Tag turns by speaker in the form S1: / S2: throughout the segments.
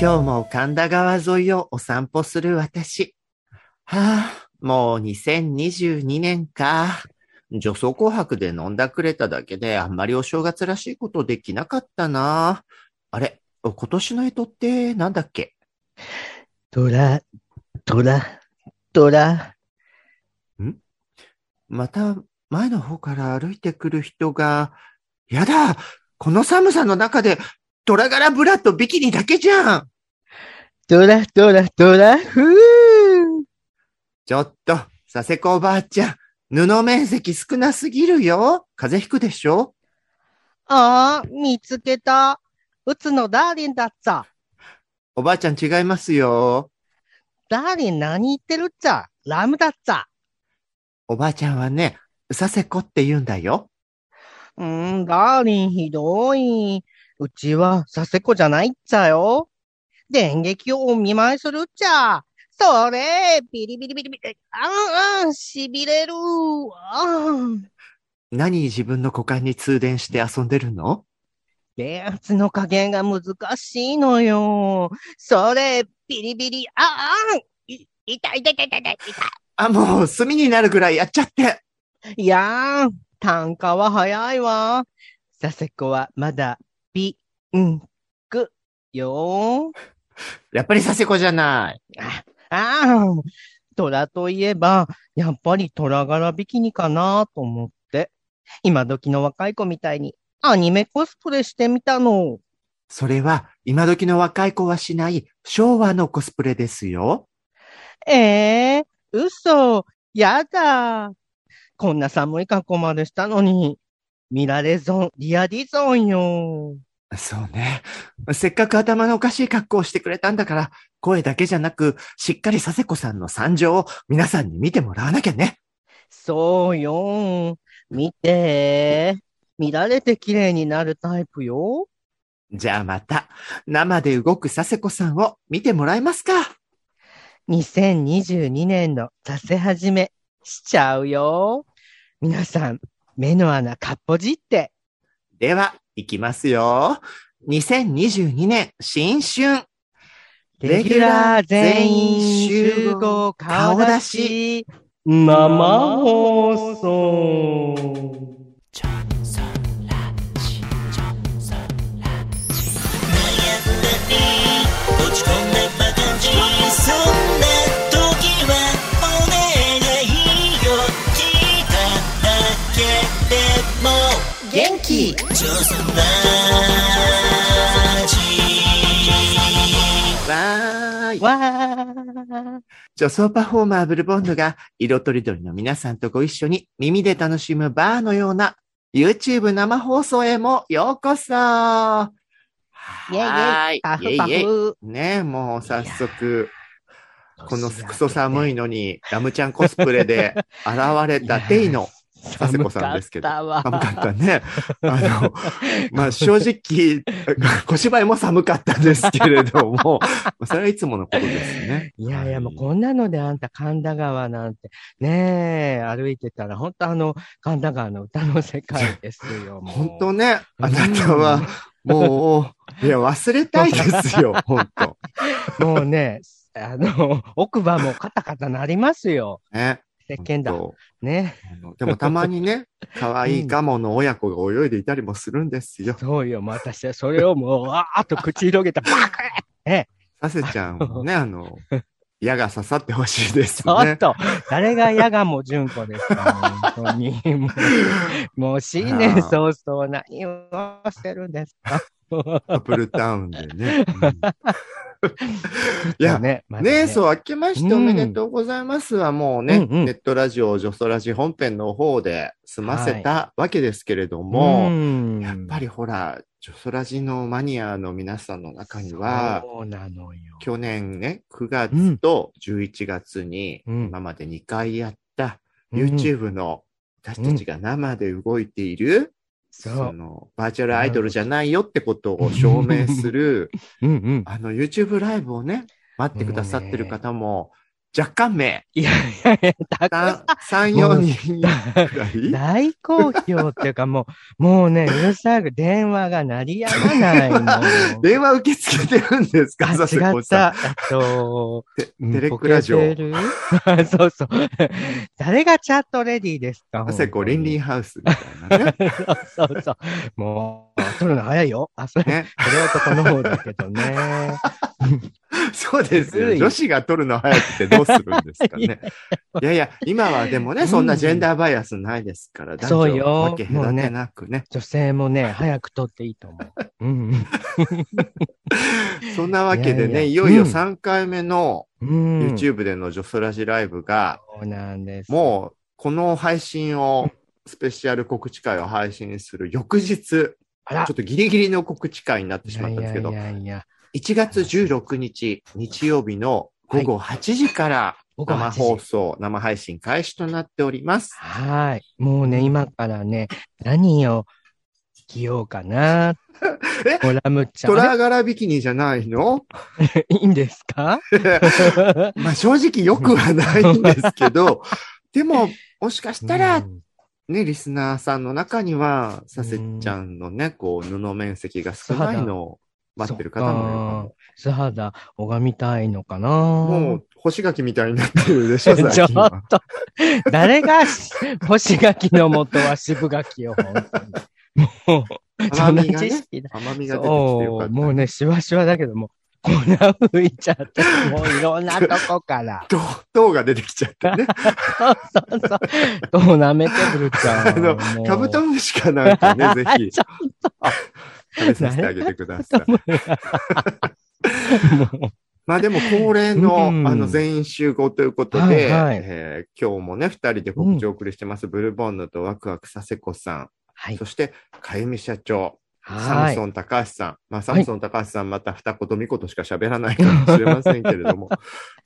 S1: 今日も神田川沿いをお散歩する私。はあ、もう2022年か。女装紅白で飲んだくれただけであんまりお正月らしいことできなかったな。あれ、今年の干支ってなんだっけ
S2: トラ、トラ、トラ。
S1: また前の方から歩いてくる人が、やだこの寒さの中で、虎柄ブラとビキニだけじゃん
S2: トラ、トラ、トラ、ふう。
S1: ちょっと、佐世子おばあちゃん、布面積少なすぎるよ風邪ひくでしょ
S3: ああ、見つけた。うつのダーリンだっつぁ。
S1: おばあちゃん違いますよ。
S3: ダーリン何言ってるっつぁ。ラムだっつぁ。
S1: おばあちゃんはね、佐世子って言うんだよ。
S3: うーん、ダーリンひどい。うちは佐世子じゃないっちゃよ。電撃をお見舞いするっちゃ。それ、ビリビリビリビリ。あんあん、しびれる。あん。
S1: 何自分の股間に通電して遊んでるの
S3: 電圧の加減が難しいのよ。それ、ビリビリ。ああん。い痛い痛い痛い痛い痛い痛い。
S1: あ、もう、炭になるぐらいやっちゃって。
S3: いやーん、単価は早いわ。佐世子はまだ、ピンク、よー。
S1: やっぱり佐世子じゃない。
S3: あーん、虎といえば、やっぱり虎柄ビキニかなと思って。今時の若い子みたいに、アニメコスプレしてみたの。
S1: それは、今時の若い子はしない、昭和のコスプレですよ。
S3: えー、嘘、やだ。こんな寒い格好までしたのに、見られゾン、リアディゾンよ。
S1: そうね。せっかく頭のおかしい格好をしてくれたんだから、声だけじゃなく、しっかり佐世子さんの惨状を皆さんに見てもらわなきゃね。
S3: そうよ。見て。見られて綺麗になるタイプよ。
S1: じゃあまた、生で動く佐世子さんを見てもらえますか。
S3: 2022年のさせ始めしちゃうよ。皆さん、目の穴かっぽじって。
S1: では、いきますよ。2022年新春。レ
S3: レ
S1: ギ
S3: ギ
S1: ュ
S3: ュ
S1: ラ
S3: ラ
S1: ー
S3: ー
S1: 全
S3: 全
S1: 員
S3: 員
S1: 集
S3: 集
S1: 合
S3: 合
S1: 顔
S3: 顔
S1: 出
S3: 出
S1: し
S3: し。生放送。
S4: 落ち込んだバカンジそんな時はお願いよ聞いただけでも
S3: 元気
S4: 上手な
S1: わーい。
S3: わー。
S1: 女装パフォーマーブルボンヌが色とりどりの皆さんとご一緒に耳で楽しむバーのような YouTube 生放送へもようこそは
S3: イェイイェイ
S1: ーい。
S3: パフ
S1: イェ
S3: パ
S1: イイェイ
S3: フ。
S1: ねえ、もう早速、このクソ寒
S3: い
S1: いのにラムちゃんコスプレ で現れたデイの佐世子さんですけど
S3: 寒かった
S1: 寒
S3: わ
S1: かったね。あの、まあ正直、小芝居も寒かったんですけれど も、それはいつものことですね。
S3: いやいや、もう
S1: は
S3: こんなのであんた神田川なんて、ねえ、歩いてたら、本当あの、神田川の歌の世界ですよ。もう
S1: 本当ね、あなたは、もう、いや、忘れたいです よ、本当
S3: もうね、あの、奥歯もカタカタなりますよ。
S1: ね。
S3: 石鹸だ
S1: 本。当
S3: ね。
S1: あのでもたまに ね、可愛いガモの親子が泳いでいたりもするんですよ。
S3: そうよ、またして、それをもう、わーっと口広げた、バク
S1: させちゃんもね、あの、矢が刺さってほしいです
S3: ッちょっ
S1: ね。
S3: と、誰がやがも純子です か、本当に。もう、もう新年早々何をしてるんですか。
S1: アップルタウンでね。うんいや、
S3: ね、まだ
S1: ねえ、そう、明けましておめでとうございますは、もうね、
S3: うんうん
S1: ネットラジオ、女装ラジ本編の方で済ませたわけですけれど
S3: う
S1: も、
S3: ん
S1: やっぱりほら、女装ラジのマニアの皆さんの中には、
S3: そうなのよ。
S1: 去年ね、9月と11月に、
S3: うん
S1: 今まで2回やった、
S3: うん
S1: YouTube の私たちが生で動いている、
S3: そう
S1: そ。の、バーチャルアイドルじゃないよってことを証明する、
S3: うんうん。
S1: あの、YouTube ライブをね、待ってくださってる方も若干名。
S3: いやいやいや、たく
S1: 3、三4人くら い
S3: 大好評っていうかもう、もうね、うるさく電話が鳴りやまない もん。
S1: 電話受け付けてるんですか
S3: あ、
S1: 佐世
S3: 違
S1: 保
S3: っ
S1: さ
S3: た。
S1: ん
S3: あと、
S1: テテレクラ
S3: ジオ
S1: 城。。
S3: そうそう。誰がチャットレディですか
S1: 佐世保
S3: リ
S1: 倫
S3: ン
S1: 理ハウスみた いなね。
S3: そうそうそう。もう、取るの早いよ。あ、それ、
S1: ね
S3: それは男の方だけど ね。
S1: そうです
S3: ず
S1: よ。
S3: るい
S1: 女子が取るの早くてどうするんですかね。いやいや、今はでもね、そんなジェンダーバイアスないですから、
S3: そ
S1: 男
S3: うよ
S1: 女分け隔てなくね。
S3: 女性もね、早く取っていいと思う。うん。
S1: そんなわけでね、い
S3: いやいや
S1: よいよ
S3: うん
S1: 3回目の
S3: うん。
S1: YouTube での女ソラジライブが、
S3: そうなんです。
S1: もうこの配信を、スペシャル告知会を配信する翌日、ちょ
S3: あら
S1: っとギリギリの告知会になって
S3: い
S1: し
S3: や
S1: まったん
S3: い
S1: です
S3: や
S1: けど
S3: い、やいや。
S1: 1月16日、日曜日の午後8時から
S3: 僕
S1: 生
S3: は
S1: 放送、生配信開始となっております。
S3: はい。もうね、今からね、何を着ようかな。
S1: え
S3: コラムちゃん。
S1: トラ柄ビキニじゃないの
S3: いいんですか
S1: まあ正直よくはないんですけ ど、でも、もしかした
S3: う
S1: ら、
S3: ん
S1: ね、リスナーさんの中には、させちゃんのね、こう、布面積が少ないのを待ってる方もいるかも。
S3: 素肌拝みたいのかなも
S1: もう、干し柿みたいになってる でしょ、最
S3: ちょっ
S1: 近は。
S3: と、誰がし、干し柿の元は渋柿よ、本当にもう、そん
S1: 甘
S3: な
S1: みがね
S3: 知識だ。
S1: 甘みが出てきてよ
S3: そ
S1: かった。
S3: う、もうね、しわしわだけども、粉吹いちゃって、もういろんなとこから。
S1: どう、糖が出てきちゃってね。
S3: そうそうそう。どう舐めてくるちゃん。
S1: あの
S3: もう
S1: カブトムシかなんかね、ぜひ
S3: ちょ
S1: 食べさせてあげてください。
S3: っと もう
S1: まあでも恒例の、
S3: うん
S1: あの全員集合ということで、
S3: はいはい
S1: えー今日もね、二人で告知をお送りしてます、ブルボンヌとワクワク佐世子さん、
S3: はい
S1: そ。して、かゆみ社長、サ
S3: は
S1: ム
S3: い
S1: ソ。ン高橋さん、まあサムソン高橋さんまた二言三言しか喋らないかもしれませんけれど も、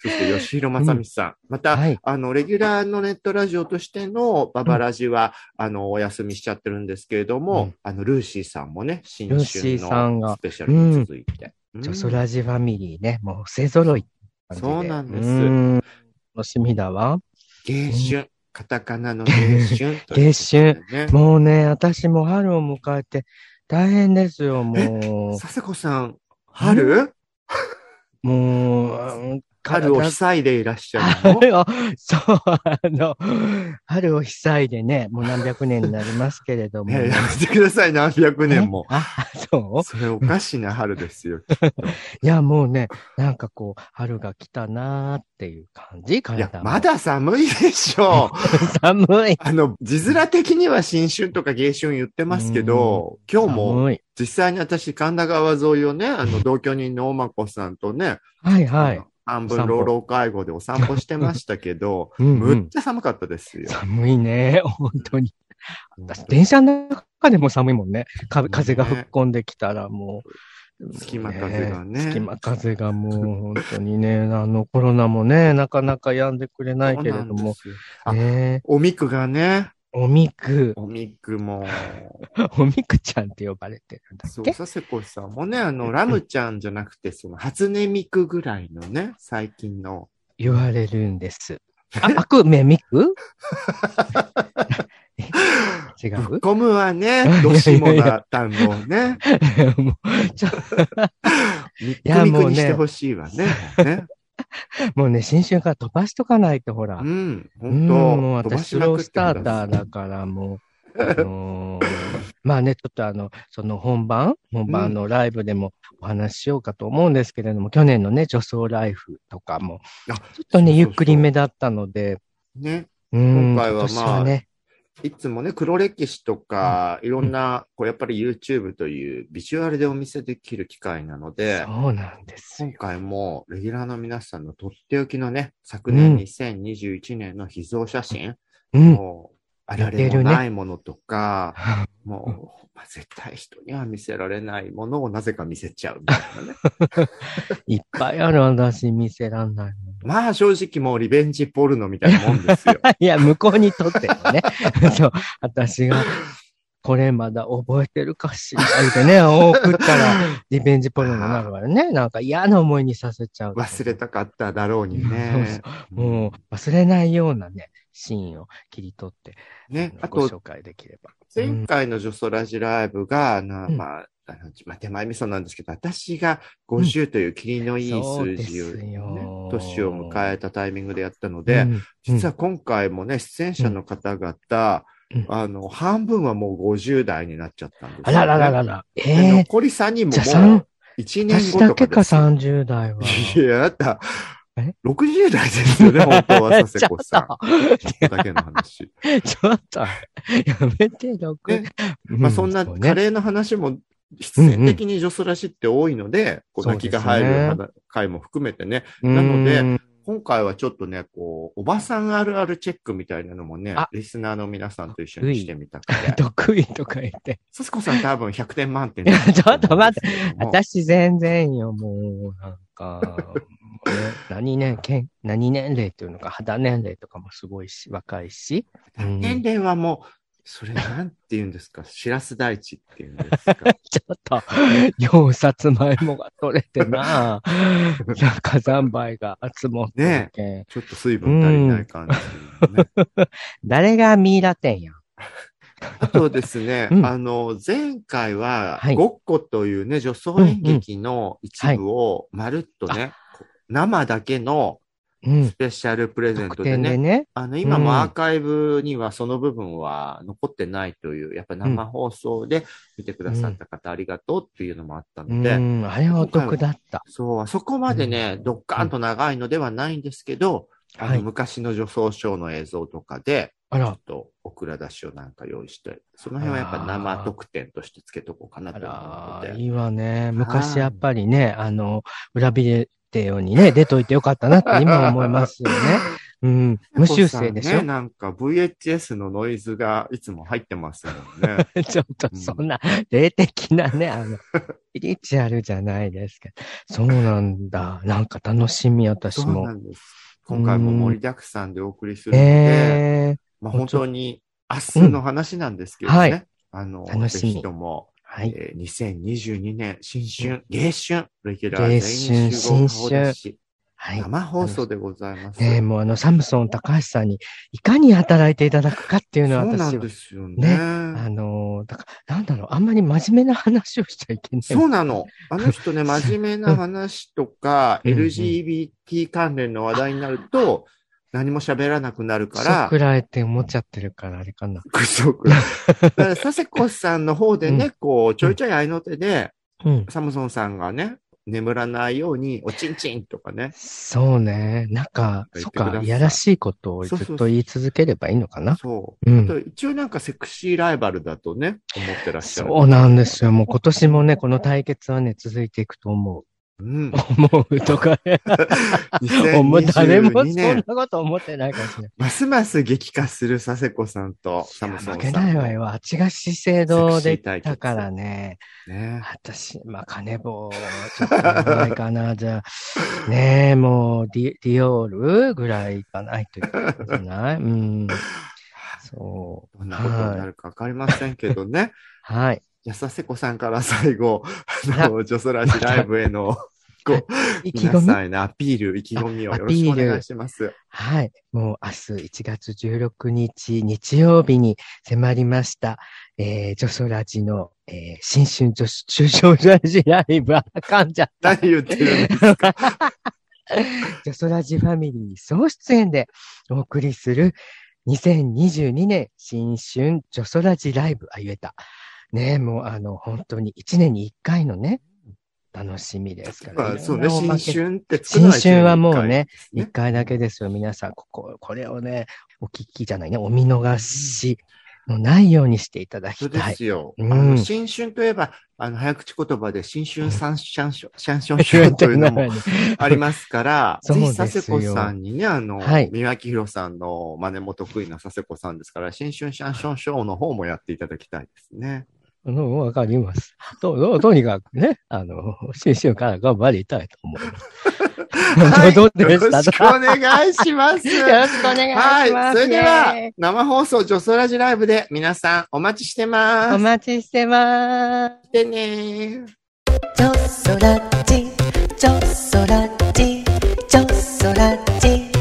S1: そして吉弘正美さん、また、
S3: はい
S1: あの、レギュラーのネットラジオとしてのババラジは、あの、お休みしちゃってるんですけれども、
S3: うん
S1: あの、ルーシーさんもね、新
S3: ルーシ
S1: 春
S3: ーさん
S1: の
S3: が
S1: スペシャルに続いて。うん
S3: ジョソラジファミリーね、もう勢揃いって感じで。
S1: そうなんです
S3: うん楽しみだわ。
S1: 芸春。カタカナの芸春ということでね。
S3: 芸春もうね、私も春を迎えて大変ですよ、も
S1: 佐世子さん、春
S3: う。もう、
S1: 春を
S3: 体
S1: 被災でいらっしゃるの
S3: 春を、そう、あの、春を被災でね、もう何百年になりますけれど も。
S1: ねえやめてください、何百年も。
S3: あ、そう
S1: それおかしな春です よ。
S3: いや、もうね、なんかこう、春が来たなーっていう感じ、
S1: い
S3: 体
S1: や
S3: も、
S1: まだ寒いでしょう。
S3: 寒い。
S1: あの、字面的には新春とか芸春言ってますけど、今日も
S3: 寒い。
S1: 実際に私、神田川沿いをね、あの、同居人のおまこさんとね、
S3: はいはい。
S1: あの半分老老介護でお散歩してましたけど、
S3: うんう
S1: むっ
S3: ん
S1: ちゃ寒かったですよ。
S3: 寒いね、 本当に。私、電車の中でも寒いもんね。か風が吹っ込んできたらもう。
S1: 隙間風がね
S3: 隙間風がもう本当にね、 あのコロナもね、なかなか止んでくれないけれど
S1: そうなんで
S3: も。
S1: すよ。あ
S3: ね
S1: おみくがね、
S3: おみく、
S1: おみくも、
S3: おみくちゃんって呼ばれてるんだ
S1: そ
S3: っ
S1: う、
S3: け
S1: 佐世子さんもね、あの、ラムちゃんじゃなくて、その、初音ミクぐらいのね、最近の。
S3: 言われるんです。あ、あくめみく 違う
S1: コムはね、どしもだったのをね、
S3: もうちょ
S1: ミッ
S3: や
S1: クミク
S3: もう
S1: に
S3: ね
S1: してほしいわね。ね
S3: もうね、新春から飛ばしとかないと、ほら
S1: う。ん、
S3: うん、も
S1: 本
S3: う
S1: 当飛ば
S3: 私、
S1: し
S3: ス
S1: ま
S3: ロ
S1: く
S3: ー
S1: って
S3: スタ
S1: く
S3: ー
S1: ださ
S3: タ
S1: い
S3: ーだから、もう、あの ーまあね、ちょっとあの、その本番、本番のライブでもお話ししようかと思うんですけれども、去年のね、女装ライフとかも、ちょ
S1: あ
S3: っと
S1: そうそう
S3: ね、
S1: そう
S3: ゆっくりめだったので、
S1: ね。
S3: うん、
S1: 今回はまあ
S3: 今年はね、
S1: いつもね、黒歴史とか、いろんな、こう、やっぱり YouTube というビジュアルでお見せできる機会なので、
S3: そうなんですよ
S1: 今。回も、レギュラーの皆さんのとっておきのね、昨年
S3: うん
S1: 2021年の秘蔵写真、
S3: うん。
S1: もう、あられもないものとか、
S3: ね
S1: もう、まあ、絶対人には見せられないものをなぜか見せちゃうみたいなね。
S3: いっぱいある私見せらんないもん。
S1: まあ、正直もうリベンジポ ルノみたいなもんですよ。
S3: いや、向こうにとってもね。そう、私がこれまだ覚えてるかしら、言うて ね、送ったら、リベンジポルノになるわよね。なんか嫌な思いにさせちゃう。
S1: 忘れたかっただろうにね。
S3: もう、忘れないようなね、シーンを切り取って、
S1: ね
S3: あの、
S1: あ
S3: ご
S1: と
S3: 紹、介できれば。
S1: 前回のジョソラジライブが、あの
S3: うん
S1: まあ、あのまあ、手前味噌なんですけど、私が50という霧のいい数字を
S3: そうです
S1: ね、
S3: よ
S1: 年を迎えたタイミングでやったので、
S3: うん、
S1: 実は今回もね、出演者の方々、
S3: うん
S1: あの、半分はもう50代になっちゃったんですよ、ね。
S3: あららららら。え
S1: で
S3: え
S1: 残り3人
S3: じゃあ
S1: もも
S3: 三
S1: う1年
S3: 私
S1: 後
S3: だ
S1: とか
S3: けか
S1: ですよ。
S3: 30代は。
S1: いや、あった
S3: え。
S1: 60代ですよね、本当 は、佐世子さん。こ
S3: ち
S1: こだけの話。
S3: ょっと、ちょっと、やめて、6。
S1: ねまあ、そんなカ
S3: ー
S1: レーの話も、必然的に女装らしって多いので、こう泣きが入
S3: そうで
S1: る
S3: す
S1: 回も含めてね、
S3: な
S1: ので
S3: で、
S1: 今回はちょっとね、こう、おばさんあるあるチェックみたいなのもね
S3: あ、
S1: リスナーの皆さんと一緒にしてみたくて。
S3: 得意とか言って。
S1: すすこさん多分100点満点
S3: いやちょっと待って
S1: て
S3: 私全然よ、もう、なん か、もうね何年、けん何年齢っていうのか、肌年齢とかもすごいし、若いし。うん
S1: 年齢はもう、それなんて言うんですか、しらす大地っていうんですか。
S3: ちょっと、よさつまいもが取れて な、いや火山灰が集まってるけん。
S1: ちょっと水分足りない感じ、ね。
S3: 誰がミイラ店やん。
S1: あとですね、
S3: うん
S1: あの、前回は
S3: は、い
S1: ごっこというね、女装演劇の一部をまるっとね、こう生だけの
S3: うん
S1: ス。ペシャルプレゼント
S3: 特
S1: で
S3: 典
S1: ね、
S3: でね。
S1: あの、今も
S3: うん
S1: アーカイブにはその部分は残ってないという、やっぱ生放送で見てくださった方ありがとうっていうのもあった
S3: う
S1: ので、
S3: ん。あれはお得だった。
S1: そう、あそこまでね、
S3: うん
S1: ドッカーンと長いのではないんですけど、あの
S3: はい
S1: 昔の女装ショーの映像とかで、
S3: あ
S1: ちょ
S3: ら
S1: っ。とオクラ出しをなんか用意して、その辺はやっぱ生特典としてつけとこうかな
S3: あ
S1: と思っ
S3: ら、
S1: て
S3: い
S1: て。
S3: いわね。昔やっぱりね、あの、裏切れてようにね、出といてよかったなって今思いますよ ね。うん。無修正で
S1: 猫
S3: し
S1: さん
S3: ょ
S1: ね、なんか VHS のノイズがいつも入ってますもんね。
S3: ちょっとそんな、霊的な ね、あの、リチュアルじゃないですけど。そうなんだ。なんか楽しみ、 私
S1: そう
S3: も
S1: な。んです。今回も盛りだくさんでお送りするので、
S3: ええ
S1: まあ
S3: も
S1: 本
S3: うちょ
S1: 当に明日の話なんですけどね。
S3: うんはい
S1: あの、
S3: 楽
S1: ぜ
S3: しみ
S1: ひとも、
S3: はい。
S1: えー2022年新春、芸春、レギュラー
S3: 迎
S1: 全員
S3: 春
S1: 集合顔出し、
S3: はい。
S1: 生放送でございます。
S3: ねえ、もうあの、サムソン高橋さんに、いかに働いていただくかっていうのは
S1: そうな
S3: 私
S1: ん
S3: は
S1: で、すよ
S3: ね
S1: ね
S3: あのー、だから、なんだろう、あんまり真面目な話をしちゃいけない。
S1: そうなの。あの人ね、真面目な話とか、
S3: うん
S1: LGBT 関連の話題になると、何も喋らなくなる
S3: ク
S1: か
S3: ソ
S1: ら
S3: く、らえって思っちゃってるから、あれかな。
S1: クソ くらい。だから、佐世子さんの方でね、
S3: う
S1: こう、ちょいちょい合いの手で、
S3: うん。
S1: サムソンさんがね、眠らないように、おちんちんとかね。
S3: そうね。なんか、
S1: 言
S3: そ
S1: っ
S3: って
S1: ください
S3: か、いやらしいことをず
S1: そうそ
S3: っ
S1: うそ
S3: と
S1: う
S3: 言い続ければいいのかな。
S1: そうう。
S3: ん。
S1: と一応なんかセクシーライバルだとね、思ってらっしゃる。
S3: そうなんですよ。もう今年もね、この対決はね、続いていくと思う。
S1: うん。
S3: 思うとか ね。思う誰もそ
S1: 2022
S3: んな
S1: 年、
S3: こと思ってないかもしれない。
S1: ますます激化する佐世子さんとサムソンさん。
S3: 負けないわよ。あっちが資生堂で行ったからね。
S1: ね。
S3: 私、まあ、金棒、ちょっとないかな。じゃあ、ねえ、もうディ、ディオールぐらいいかないといけないんじゃないうん。そ
S1: どんなことになるかわかりませんけど ね。
S3: う。はい。
S1: じゃあ、佐世子さんから最後、あの、ジョソラジライブへの、こう、
S3: 意気
S1: 皆
S3: 込み
S1: さんへのアピール、意気込みをよろしくお願いします。
S3: はい。もう明日1月16日日曜日に迫りました、えー、女装ラジの、えー、新春女子中小ラジライブ、あかんじゃった。
S1: 何言ってるんです か
S3: ジョソラジファミリー総出演でお送りする2022年新春ジョソラジライブ、あ、言えた。ねえ、もうあの、本当に1年に1回のね、楽しみですから
S1: まあ、そう
S3: い
S1: ね、
S3: ろんなおまけ
S1: 新春ってつくの
S3: 新
S1: は一年に一回
S3: 春はもうね、
S1: ね
S3: 一回だけですよ。皆さん、ここ、これをね、お聞きじゃないね、お見逃しのないようにしていただ
S1: そう
S3: き
S1: で
S3: たい。
S1: すよ。
S3: うん
S1: あの新春といえば、あの、早口言葉で、新春三シャンション、シャンションシ ョンというのもありま すから、
S3: そ
S1: ぜ
S3: うで
S1: ひ
S3: すよ
S1: 佐世子さんにね、あの、
S3: はい
S1: 三脇博さ んの真似も得意な佐世子さんですから、新春シャンションションの方もやっていただきたいですね。
S3: うん、わかります。と、ととにかくね、あの、 新春から頑張りたいと思います。
S1: はい
S3: どうで
S1: よ
S3: した
S1: ろしくお願いし ます。
S5: ろしくお願いします、ね。
S1: はい。それでは、生放送、女装ラジライブで皆さんお待ちしてます。
S5: お待ちしてます。
S1: ちしてね。
S6: ちょそらちちょそらちちょそらち